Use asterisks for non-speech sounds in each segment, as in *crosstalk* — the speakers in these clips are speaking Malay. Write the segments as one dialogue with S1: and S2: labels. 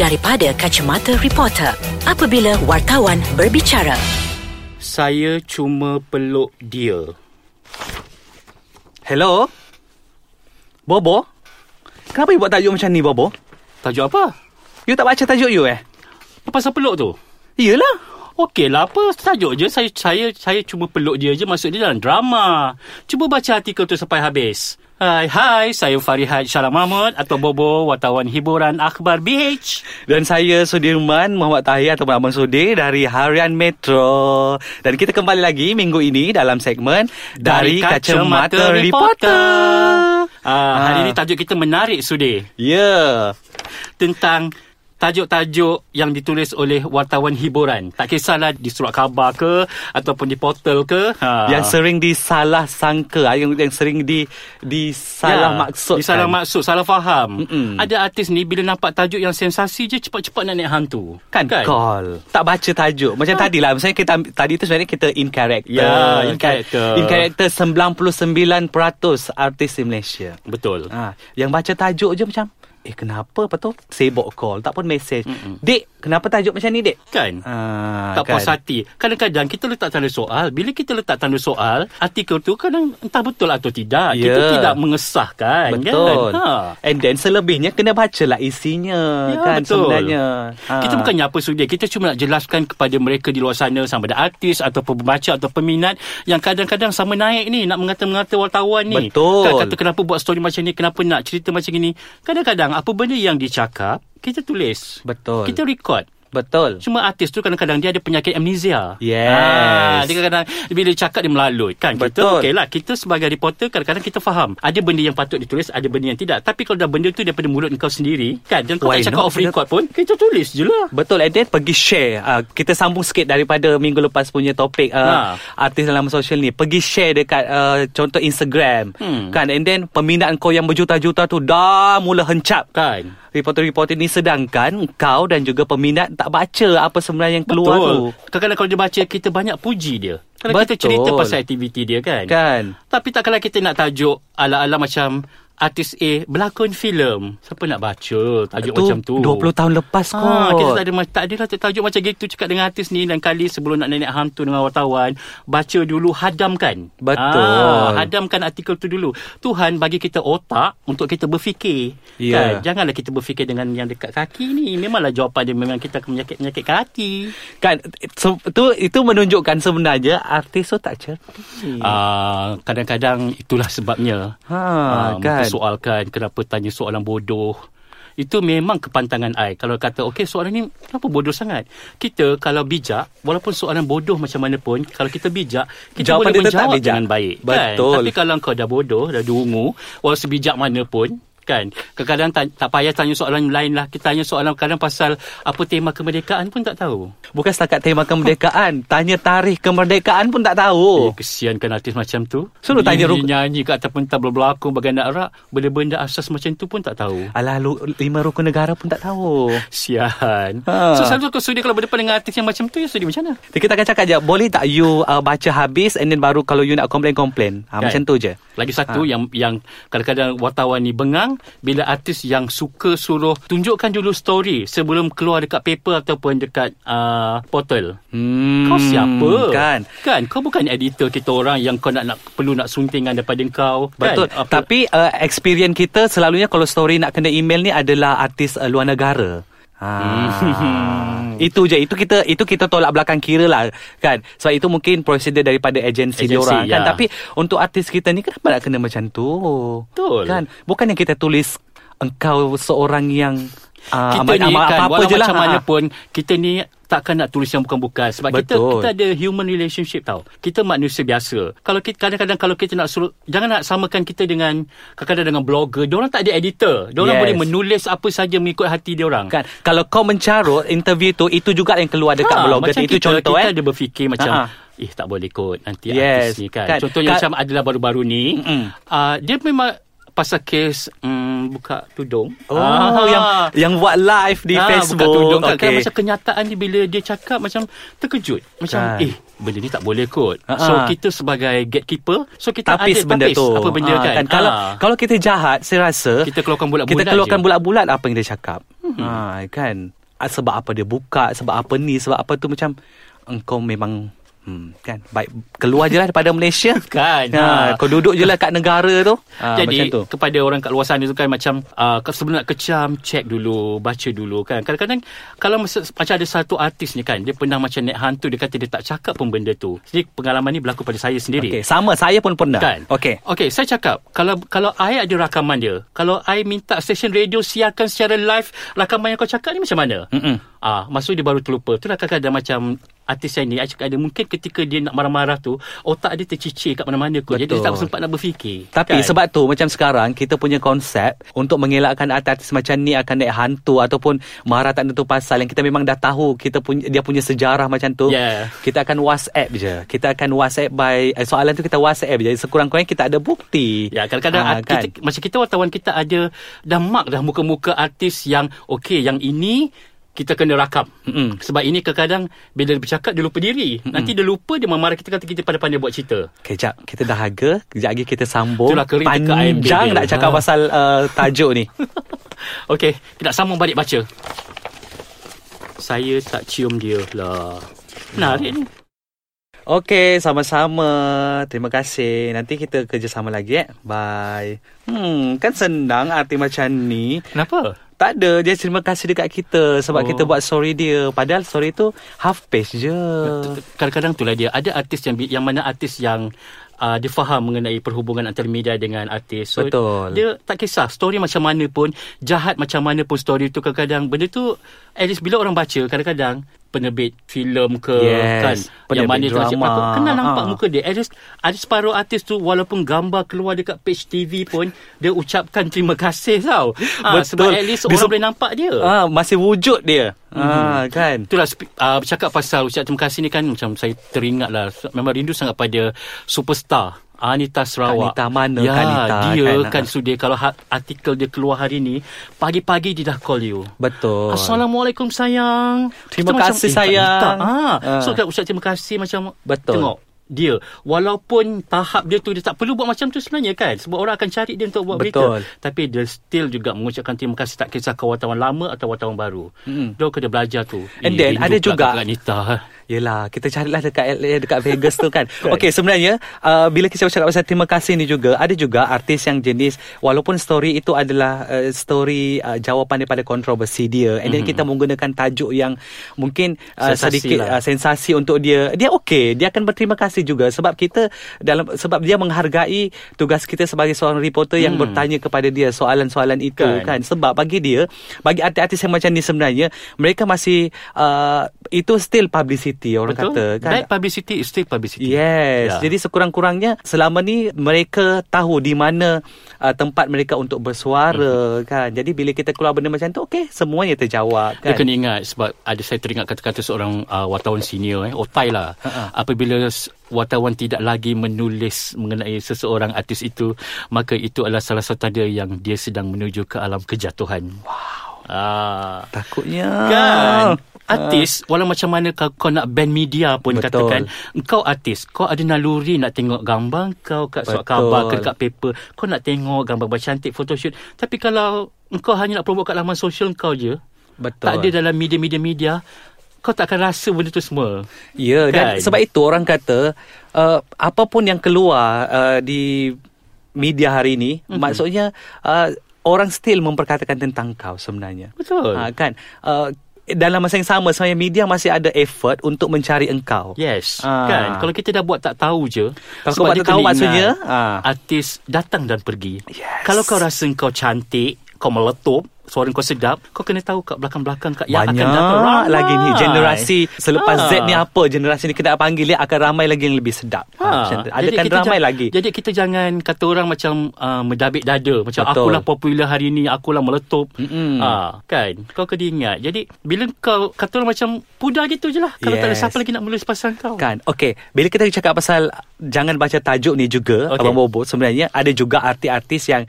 S1: daripada kacamata reporter apabila wartawan berbicara.
S2: Saya cuma peluk dia. Hello? Bobo? Kenapa you buat tajuk macam ni, Bobo?
S3: Tajuk apa?
S2: You tak baca tajuk you eh?
S3: Apa Pasal peluk tu?
S2: Yelah.
S3: Okey lah apa tajuk je saya saya saya cuma peluk dia je masuk dia dalam drama. Cuba baca artikel tu sampai habis. Hai hai saya Farihat Syara Mahmud atau Bobo wartawan hiburan akhbar BH.
S2: Dan saya Sudirman Muhammad Tahir atau Abang Sudir dari Harian Metro. Dan kita kembali lagi minggu ini dalam segmen Dari, Kacamata, Reporter.
S3: Ah, hari
S2: Ah.
S3: ini tajuk kita menarik Sudir
S2: Ya. Yeah.
S3: tentang tajuk-tajuk yang ditulis oleh wartawan hiburan. Tak kisahlah di surat khabar ke ataupun di portal ke. Ha.
S2: Yang sering disalah sangka ah, Yang, yang sering di Disalah maksud
S3: Ya, Salah maksud Salah faham
S2: Mm-mm.
S3: Ada artis ni Bila nampak tajuk yang sensasi je Cepat-cepat nak naik hantu
S2: Kan, kan call Tak baca tajuk
S3: Ah.
S2: Macam tadi lah Misalnya kita ambil- Tadi tu sebenarnya kita in character
S3: Ya, in
S2: Kan?
S3: character.
S2: In character 99% artis di Malaysia
S3: Betul
S2: ha, Yang baca tajuk je macam Eh kenapa apa tu Sibuk call Tak pun mesej Dek kenapa tajuk macam ni dek
S3: Kan
S2: ha,
S3: tak puas hati Kadang-kadang kita letak tanda soal Bila kita letak tanda soal Artikel tu kadang Entah betul atau tidak
S2: Ya.
S3: Kita tidak mengesahkan
S2: Betul
S3: kan? ha.
S2: And then selebihnya Kena bacalah isinya
S3: Ya,
S2: Kan
S3: betul.
S2: sebenarnya ha.
S3: Kita bukannya apa sudah Kita cuma nak jelaskan kepada mereka di luar sana Sama ada artis Atau pembaca Atau peminat Yang kadang-kadang sama naik ni Nak mengata-mengata wartawan ni
S2: Betul.
S3: kan, Kata kenapa buat story macam ni Kenapa nak cerita macam ni Kadang-kadang apa benda yang dicakap Kita tulis
S2: Betul
S3: Kita record
S2: Betul
S3: Cuma artis tu kadang-kadang dia ada penyakit amnesia.
S2: Yes.
S3: Ah, dia kadang-kadang bila dia cakap dia melalut kan.
S2: Betul.
S3: Kita okeylah kita sebagai reporter kadang-kadang kita faham ada benda yang patut ditulis, ada benda yang tidak. Tapi kalau dah benda tu daripada mulut kau sendiri kan dan kau
S2: Why
S3: tak cakap
S2: not?
S3: off record pun, kita tulis je lah.
S2: Betul and then pergi share uh, Kita sambung sikit daripada minggu lepas punya topik uh,
S3: Ha.
S2: Artis dalam social ni Pergi share dekat uh, contoh Instagram
S3: Hmm.
S2: Kan and then peminat kau yang berjuta-juta tu Dah mula hencap
S3: Kan.
S2: Reporter-reporter ni sedangkan kau dan juga peminat tak baca apa sebenarnya yang keluar
S3: Betul. Kadang-kadang kalau dia baca kita banyak puji dia. Kalau kita
S2: Betul.
S3: cerita pasal aktiviti dia kan.
S2: tu. Kan?
S3: Tapi tak kalah kita nak tajuk ala-ala macam artis A berlakon filem. Siapa nak baca tajuk macam tu?
S2: 20 tahun lepas
S3: Ha,
S2: kot.
S3: kita tak ada tak adalah tajuk macam gitu cakap dengan artis ni dan kali sebelum nak nenek hantu dengan wartawan baca dulu hadamkan.
S2: Betul.
S3: Ah, hadamkan artikel tu dulu. Tuhan bagi kita otak untuk kita berfikir.
S2: Ya.
S3: Kan? Janganlah kita berfikir dengan yang dekat kaki ni. Memanglah jawapan dia memang kita akan menyakit-menyakitkan hati.
S2: kan so, tu, itu menunjukkan sebenarnya artis tu tak cerdik.
S3: Ah, kadang-kadang itulah sebabnya.
S2: Ha,
S3: Ah,
S2: kan.
S3: Soalkan kenapa tanya soalan bodoh. Itu memang kepantangan I. Kalau kata, okey soalan ni kenapa bodoh sangat? Kita kalau bijak, walaupun soalan bodoh macam mana pun, kalau kita bijak, kita
S2: Jawapan
S3: Jawapan boleh
S2: dia tetap
S3: menjawab
S2: bijak.
S3: dengan baik.
S2: Betul.
S3: Kan? Tapi kalau kau dah bodoh, dah dungu, walau sebijak mana pun, kan kadang-kadang tak, tak payah tanya soalan lain lah kita tanya soalan kadang pasal apa tema kemerdekaan pun tak tahu
S2: Bukan setakat tema kemerdekaan. Tanya tarikh kemerdekaan pun tak tahu.
S3: Eh, kesian kan artis macam tu.
S2: Suruh
S3: Dia
S2: tanya ruk-
S3: nyanyi kat atas pentas berlakon bagai nak rak. Benda-benda asas macam tu pun tak tahu.
S2: Alah, lu, lima rukun negara pun tak tahu.
S3: Sian.
S2: Ha.
S3: Ha. So selalu kau sudi kalau berdepan dengan artis yang macam tu, ya sudi macam mana?
S2: Jadi Kita akan cakap je, boleh tak you uh, baca habis and then baru kalau you nak complain-complain? Ha,
S3: Kan.
S2: Macam tu je.
S3: Lagi satu
S2: Ha.
S3: yang yang kadang-kadang wartawan ni bengang bila artis yang suka suruh tunjukkan dulu story sebelum keluar dekat paper ataupun dekat uh, portal.
S2: Hmm,
S3: Kau siapa?
S2: Kan.
S3: Kan kau bukan editor kita orang yang kau nak, nak perlu nak suntingan daripada kau.
S2: Betul.
S3: Kan? Apa-
S2: Tapi uh, experience kita selalunya kalau story nak kena email ni adalah artis uh, luar negara.
S3: Hmm.
S2: Ha. itu je itu kita itu kita tolak belakang kira lah kan sebab itu mungkin prosedur daripada agensi
S3: Agensi,
S2: diorang kan
S3: ya.
S2: tapi untuk artis kita ni kenapa nak kena macam tu
S3: Betul.
S2: kan bukan yang kita tulis engkau seorang yang uh,
S3: kita ni kan walau
S2: je lah,
S3: macam
S2: ha.
S3: mana pun kita ni takkan nak tulis yang bukan-bukan sebab kita
S2: Betul.
S3: kita ada human relationship tau. Kita manusia biasa. Kalau kita kadang-kadang kalau kita nak suruh jangan nak samakan kita dengan kadang-kadang dengan blogger. Diorang tak ada editor. Diorang
S2: Yes.
S3: boleh menulis apa saja mengikut hati diorang.
S2: Kan kalau kau mencarut interview tu itu juga yang keluar dekat ha,
S3: Ah,
S2: blogger
S3: macam
S2: tu. itu
S3: kita,
S2: contoh
S3: kita
S2: eh.
S3: ada berfikir macam
S2: Ha, ha.
S3: eh tak boleh kot nanti
S2: Yes,
S3: yes, artis ni kan.
S2: kan.
S3: kan. Contohnya
S2: Ka-
S3: Ka- macam adalah baru-baru ni
S2: Mm-mm.
S3: uh, dia memang pasal kes mm, buka tudung.
S2: Oh yang yang buat live di
S3: Ah,
S2: Facebook.
S3: bukan tudung kan, kan
S2: Okey.
S3: macam kenyataan dia bila dia cakap macam terkejut macam
S2: Kan.
S3: eh benda ni tak boleh kot
S2: Ha,
S3: so
S2: ha.
S3: kita sebagai gatekeeper so kita ada
S2: tapis benda
S3: tapis
S2: tu.
S3: apa benda
S2: Ah,
S3: kan,
S2: Kalau
S3: Ah.
S2: kalau kita jahat, saya rasa
S3: Kita keluarkan bulat-bulat
S2: Kita keluarkan
S3: je. Hmm.
S2: bulat-bulat apa yang dia cakap. Ha, kan. Ah, Sebab apa dia buka, sebab apa ni, sebab apa tu macam engkau memang hmm, kan. Baik keluar je lah daripada Malaysia.
S3: *laughs* Kan, ha.
S2: Ha, kau duduk je lah kat negara tu. Ha,
S3: Jadi
S2: macam tu.
S3: kepada orang kat luar sana tu kan macam uh, sebelum nak kecam check dulu baca dulu kan kadang-kadang kalau masa, macam ada satu artis ni kan dia pernah macam naik hantu dia kata dia tak cakap pun benda tu jadi pengalaman ni berlaku pada saya sendiri
S2: Okey, sama saya pun pernah.
S3: Kan?
S2: Okey.
S3: Okey, saya cakap kalau kalau I ada rakaman dia, kalau I minta stesen radio siarkan secara live rakaman yang kau cakap ni macam mana?
S2: Mm-mm.
S3: Ah, maksud dia baru terlupa. Itulah kadang-kadang macam artis saya ni, I cakap ada mungkin ketika dia nak marah-marah tu, otak dia tercicir kat mana-mana kot. Jadi dia
S2: Betul.
S3: tak sempat nak berfikir.
S2: Tapi kan? sebab tu macam sekarang kita punya konsep untuk mengelakkan artis macam ni akan naik hantu ataupun marah tak tentu pasal yang kita memang dah tahu kita punya dia punya sejarah macam tu.
S3: Yeah.
S2: Kita akan WhatsApp je. Kita akan WhatsApp by eh, soalan tu kita WhatsApp je. Sekurang-kurangnya kita ada bukti.
S3: Ya, kadang-kadang
S2: Ah,
S3: ha, kan? kita, macam kita wartawan kita ada dah mark dah muka-muka artis yang okey, yang ini kita kena rakam.
S2: Mm-mm.
S3: Sebab ini kadang-kadang bila dia bercakap dia lupa diri.
S2: Hmm.
S3: Mm-mm. Nanti dia lupa dia marah kita kata kita pandai-pandai buat cerita.
S2: Kejap kita dah harga Kejap lagi kita sambung
S3: Itulah kering dekat IMDb.
S2: Panjang nak cakap
S3: Ha.
S2: pasal uh, tajuk ni
S3: Okey, kita nak sambung balik baca. Saya tak cium dia lah. Menarik ni.
S2: Okey, sama-sama. Terima kasih. Nanti kita kerjasama lagi eh. Bye. Hmm, kan senang arti macam ni.
S3: Kenapa?
S2: Tak ada, dia terima kasih dekat kita
S3: Oh.
S2: sebab oh. kita buat story dia. Padahal story tu half page je.
S3: Kadang-kadang itulah dia. Ada artis yang bi- yang mana artis yang uh, dia faham mengenai perhubungan antara media dengan artis. So,
S2: Betul.
S3: Dia tak kisah story macam mana pun, jahat macam mana pun story tu kadang-kadang benda tu at least bila orang baca kadang-kadang penerbit filem ke
S2: Yes,
S3: kan yang
S2: penerbit
S3: mana tu nasib
S2: drama.
S3: Aku kenal nampak
S2: Ha.
S3: muka dia. At least ada separuh artis tu walaupun gambar keluar dekat page TV pun dia ucapkan terima kasih tau. Ha,
S2: Betul.
S3: sebab at least
S2: Dia
S3: orang
S2: se-
S3: boleh nampak dia.
S2: Ah, masih wujud dia.
S3: Hmm.
S2: Ah, kan.
S3: Itulah sp- uh, bercakap pasal ucap terima kasih ni kan macam saya teringat lah memang rindu sangat pada superstar Anita Sarawak.
S2: Anita mana
S3: ya,
S2: Anita
S3: dia
S2: kan,
S3: kan, kan
S2: ha.
S3: sudah kalau ha- artikel dia keluar hari ni pagi-pagi dia dah call you.
S2: Betul.
S3: Assalamualaikum sayang.
S2: Terima kasih,
S3: Kak
S2: sayang.
S3: Anita. Ah,
S2: Ah.
S3: So kita ucap terima kasih macam
S2: Betul.
S3: Tengok dia walaupun tahap dia tu dia tak perlu buat macam tu sebenarnya kan sebab orang akan cari dia untuk buat
S2: Betul.
S3: berita tapi dia still juga mengucapkan terima kasih tak kisah kau wartawan lama atau wartawan baru mm-hmm.
S2: Mm-mm.
S3: dia kena belajar tu Eh,
S2: And then,
S3: rindu
S2: ada
S3: pula
S2: juga-
S3: kat Anita
S2: Yelah, kita carilah dekat LA, dekat Vegas tu
S3: *laughs*
S2: kan. Okey, sebenarnya uh, bila kita cakap pasal terima kasih ni juga, ada juga artis yang jenis walaupun story itu adalah uh, story uh, jawapan daripada kontroversi dia. And then kita menggunakan tajuk yang mungkin uh,
S3: Hmm. Sensasi
S2: sedikit
S3: lah.
S2: uh, sensasi untuk dia. Dia okey, dia akan berterima kasih juga sebab kita dalam sebab dia menghargai tugas kita sebagai seorang reporter yang bertanya kepada dia soalan-soalan itu
S3: Hmm. Kan.
S2: kan. kan sebab bagi dia bagi artis-artis yang macam ni sebenarnya mereka masih uh, itu still publicity orang
S3: betul
S2: kata kan
S3: bad publicity is still publicity
S2: Yes,
S3: Ya.
S2: jadi sekurang-kurangnya selama ni mereka tahu di mana uh, tempat mereka untuk
S3: Hmm.
S2: bersuara kan. Jadi bila kita keluar benda macam tu, okey, semuanya terjawab
S3: Dia
S2: kan.
S3: kena ingat sebab ada saya teringat kata-kata seorang uh, wartawan senior eh Otai lah. Uh-huh. Apabila s- wartawan tidak lagi menulis mengenai seseorang artis itu, maka itu adalah salah satu tanda yang dia sedang menuju ke alam kejatuhan. Wow. Ah.
S2: Takutnya Ha.
S3: Kan Artis Walau macam mana kau, kau nak band media pun
S2: Betul.
S3: Katakan Kau artis Kau ada naluri nak tengok gambar Kau kat surat
S2: Betul.
S3: khabar Ke dekat paper Kau nak tengok gambar cantik Photoshoot Tapi kalau Kau hanya nak promote kat laman sosial kau je
S2: Betul.
S3: Tak ada dalam media-media media Kau tak akan rasa benda tu semua
S2: Ya, kan? dan
S3: Kan?
S2: sebab itu orang kata uh, apapun yang keluar uh, di media hari ini,
S3: Mhm.
S2: mm-hmm. maksudnya uh, orang still memperkatakan tentang kau sebenarnya.
S3: Betul.
S2: Ha, kan? Uh, dalam masa yang sama sebenarnya media masih ada effort untuk mencari engkau.
S3: Yes
S2: Ah.
S3: Kan Kalau kita dah buat tak tahu je
S2: Kalau
S3: sebab
S2: kau buat
S3: dia
S2: tak tahu
S3: kena ingat,
S2: maksudnya, ah.
S3: Artis datang dan pergi
S2: Yes.
S3: Kalau kau rasa kau cantik Kau meletup Suara kau sedap Kau kena tahu kat belakang-belakang kat Yang akan datang
S2: Banyak lagi ni generasi selepas
S3: Ah.
S2: Z ni apa generasi ni kita nak panggil dia akan ramai lagi yang lebih sedap. Ha, macam tu.
S3: Ah, Jadi
S2: ada kan
S3: kita
S2: ramai
S3: ja-
S2: lagi.
S3: Jadi kita jangan kata orang macam uh, mendabik dada macam
S2: Betul.
S3: akulah popular hari ni, akulah meletup.
S2: Mm-mm.
S3: Ah, kan. Kau kena ingat. Jadi bila kau kata orang macam pudar gitu je lah. Kalau tak ada
S2: Yes.
S3: siapa lagi nak menulis pasal kau.
S2: Kan. Okey, bila kita cakap pasal jangan baca tajuk ni juga
S3: Okey.
S2: okay. Abang Bobo sebenarnya ada juga artis-artis yang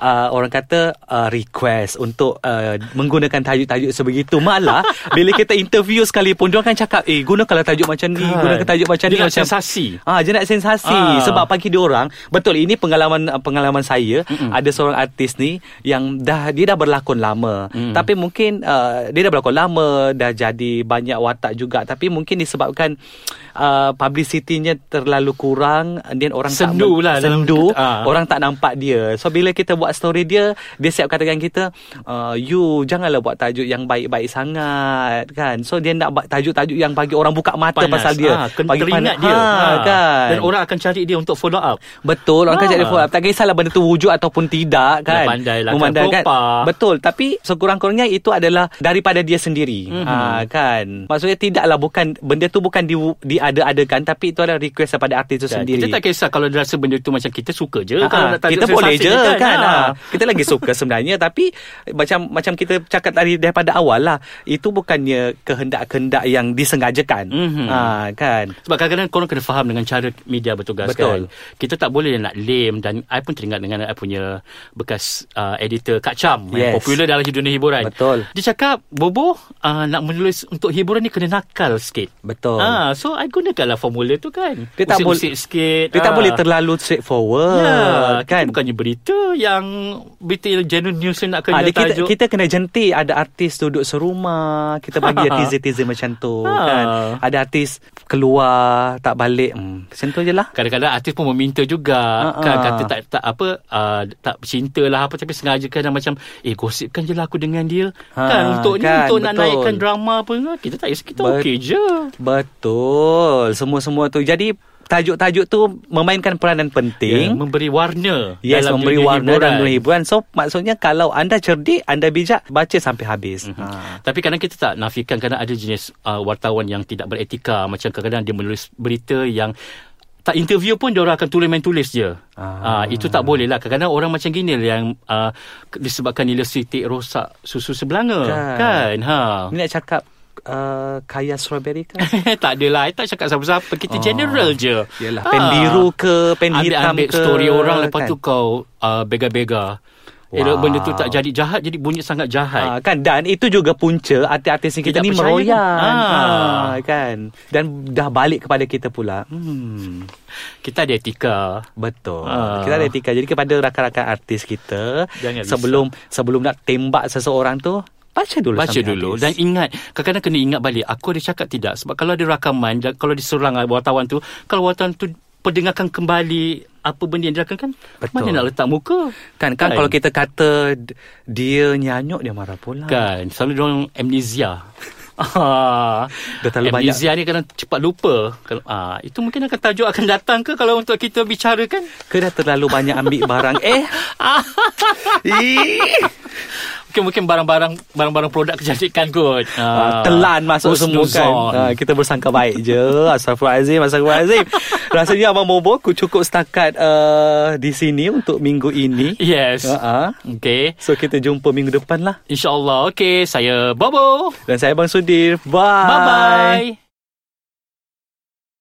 S2: uh, orang kata uh, request untuk untuk uh, menggunakan tajuk-tajuk sebegitu malah bila kita interview sekalipun dia akan cakap eh gunakanlah tajuk macam ni
S3: Kan.
S2: gunakan tajuk macam
S3: Dia
S2: ni
S3: nak
S2: macam
S3: sensasi.
S2: Ah dia nak sensasi
S3: Ah.
S2: sebab bagi dia orang betul ini pengalaman ah, pengalaman saya Mm-mm. ada seorang artis ni yang dah dia dah berlakon lama mm. tapi mungkin uh, dia dah berlakon lama dah jadi banyak watak juga tapi mungkin disebabkan uh, publicity-nya terlalu kurang dan orang
S3: Sendu
S2: tak
S3: lah dalam-
S2: sendu
S3: Ah.
S2: orang tak nampak dia so bila kita buat story dia dia siap katakan kita uh, you janganlah buat tajuk yang baik-baik sangat kan so dia nak buat tajuk-tajuk yang bagi orang buka mata
S3: Panas.
S2: pasal dia
S3: Ah, ken-
S2: bagi
S3: teringat
S2: panas.
S3: dia. Ah.
S2: ha, kan
S3: Dan orang akan cari dia untuk follow up.
S2: Betul Orang
S3: Ah.
S2: ha. akan cari follow up Tak kisahlah benda tu wujud Ataupun tidak kan
S3: Dia pandai lah,
S2: Memandangkan
S3: kan, propa.
S2: Betul Tapi sekurang-kurangnya Itu adalah Daripada dia sendiri
S3: Mhm.
S2: mm-hmm. ha, Kan Maksudnya tidaklah Bukan Benda tu bukan di, Diada-adakan Tapi itu adalah request Daripada artis itu
S3: Kan?
S2: sendiri
S3: Kita tak kisah kalau dia rasa benda tu macam kita suka je. Kalau
S2: Ha,
S3: nak tajuk
S2: kita boleh
S3: sensasi
S2: je kan, kan
S3: Ah.
S2: ha. kita lagi suka sebenarnya tapi macam macam kita cakap tadi daripada awal lah itu bukannya kehendak-kehendak yang disengajakan
S3: Mhm.
S2: ha, kan
S3: Sebab kadang-kadang korang kena faham dengan cara media bertugas
S2: Betul.
S3: kan. Kita tak boleh nak lame dan I pun teringat dengan I punya bekas uh, editor Kak Cham yang
S2: Yes.
S3: popular dalam dunia hiburan.
S2: Betul.
S3: Dia cakap, Bobo uh, nak menulis untuk hiburan ni kena nakal sikit.
S2: betul
S3: Ah, so I gunakanlah formula tu kan.
S2: Dia tak boleh-
S3: Usik-usik sikit.
S2: Dia tak
S3: ah.
S2: boleh terlalu straightforward
S3: Ya, kan?
S2: kan.
S3: bukannya berita yang berita yang genuine news yang nak kena
S2: Ada Ah, kita
S3: tajuk.
S2: kita kena jentik ada artis duduk serumah, kita
S3: *laughs*
S2: bagi dia teaser-teaser macam tu
S3: Ha.
S2: kan. Ada artis keluar tak balik. Hmm, macam tu je lah.
S3: Kadang-kadang artis pun meminta juga
S2: Ha-ha.
S3: kan kata tak tak apa uh, tak cinta lah apa tapi sengaja kan macam eh gosipkan je lah aku dengan dia
S2: Ha,
S3: kan untuk ni
S2: kan,
S3: untuk nak
S2: betul.
S3: naikkan drama apa kita tak kita
S2: Bet-
S3: okey je
S2: Betul. Semua-semua tu. Jadi tajuk-tajuk tu memainkan peranan
S3: Ya,
S2: penting.
S3: memberi warna
S2: Yes,
S3: dalam
S2: memberi
S3: dunia
S2: warna
S3: hiburan.
S2: dalam dunia hiburan. So, maksudnya kalau anda cerdik, anda bijak, baca sampai habis.
S3: Mhm.
S2: Ha.
S3: Tapi kadang kita tak nafikan kadang ada jenis uh, wartawan yang tidak beretika macam kadang-kadang dia menulis berita yang tak interview pun dia orang akan tulis main tulis je. Ah.
S2: Ah.
S3: itu tak boleh lah. Kadang-kadang orang macam gini lah yang uh, disebabkan nilai titik rosak susu sebelanga kan.
S2: Kan.
S3: kan? Ha.
S2: Ni nak cakap uh, kaya strawberry ke?
S3: *laughs* tak adalah. I tak cakap siapa-siapa. Kita
S2: Ah.
S3: general je.
S2: Yalah,
S3: Ah.
S2: pen biru ke, pen
S3: ambil,
S2: hitam
S3: ambil
S2: ke?
S3: story orang lepas
S2: kan?
S3: tu kau uh, bega-bega. Wow.
S2: Wow.
S3: Benda tu tak jadi jahat jadi bunyi sangat jahat.
S2: Ha, kan dan itu juga punca artis-artis ni
S3: Tidak
S2: kita ni
S3: percaya
S2: meroyan
S3: kan?
S2: kan?
S3: Ha.
S2: Ha. kan dan dah balik kepada kita pula hmm
S3: Kita ada etika.
S2: betul
S3: Ha.
S2: kita ada etika jadi kepada rakan-rakan artis kita
S3: Jangan
S2: sebelum sebelum nak tembak seseorang tu baca dulu
S3: Baca
S2: sampai
S3: dulu
S2: habis.
S3: dan ingat kadang-kadang kena ingat balik aku ada cakap tidak sebab kalau ada rakaman dan kalau diserang wartawan tu kalau wartawan tu perdengarkan kembali apa benda yang dilakukan kan
S2: Betul.
S3: mana nak letak muka
S2: kan kan kalau kita kata d- dia nyanyuk dia marah pula
S3: kan selalu dia orang amnesia
S2: *laughs*
S3: Ah,
S2: Dah terlalu banyak.
S3: amnesia ni kadang cepat lupa. Kalau ah itu mungkin akan tajuk akan datang ke kalau untuk kita bicara kan?
S2: ke dah terlalu banyak ambil barang
S3: *laughs*
S2: eh Ih.
S3: Mungkin mungkin barang-barang barang-barang produk kecantikan kot.
S2: Ah, telan masuk semua kan.
S3: husnuzon.
S2: Ah, kita bersangka baik
S3: *laughs*
S2: je. Astagfirullahalazim, astagfirullahalazim. Rasanya Abang Bobo ku cukup setakat uh, di sini untuk minggu ini.
S3: Yes.
S2: Ah, ah.
S3: Okay.
S2: So kita jumpa minggu depan lah.
S3: InsyaAllah. Okay, saya Bobo.
S2: Dan saya Abang Sudir. Bye.
S3: Bye-bye.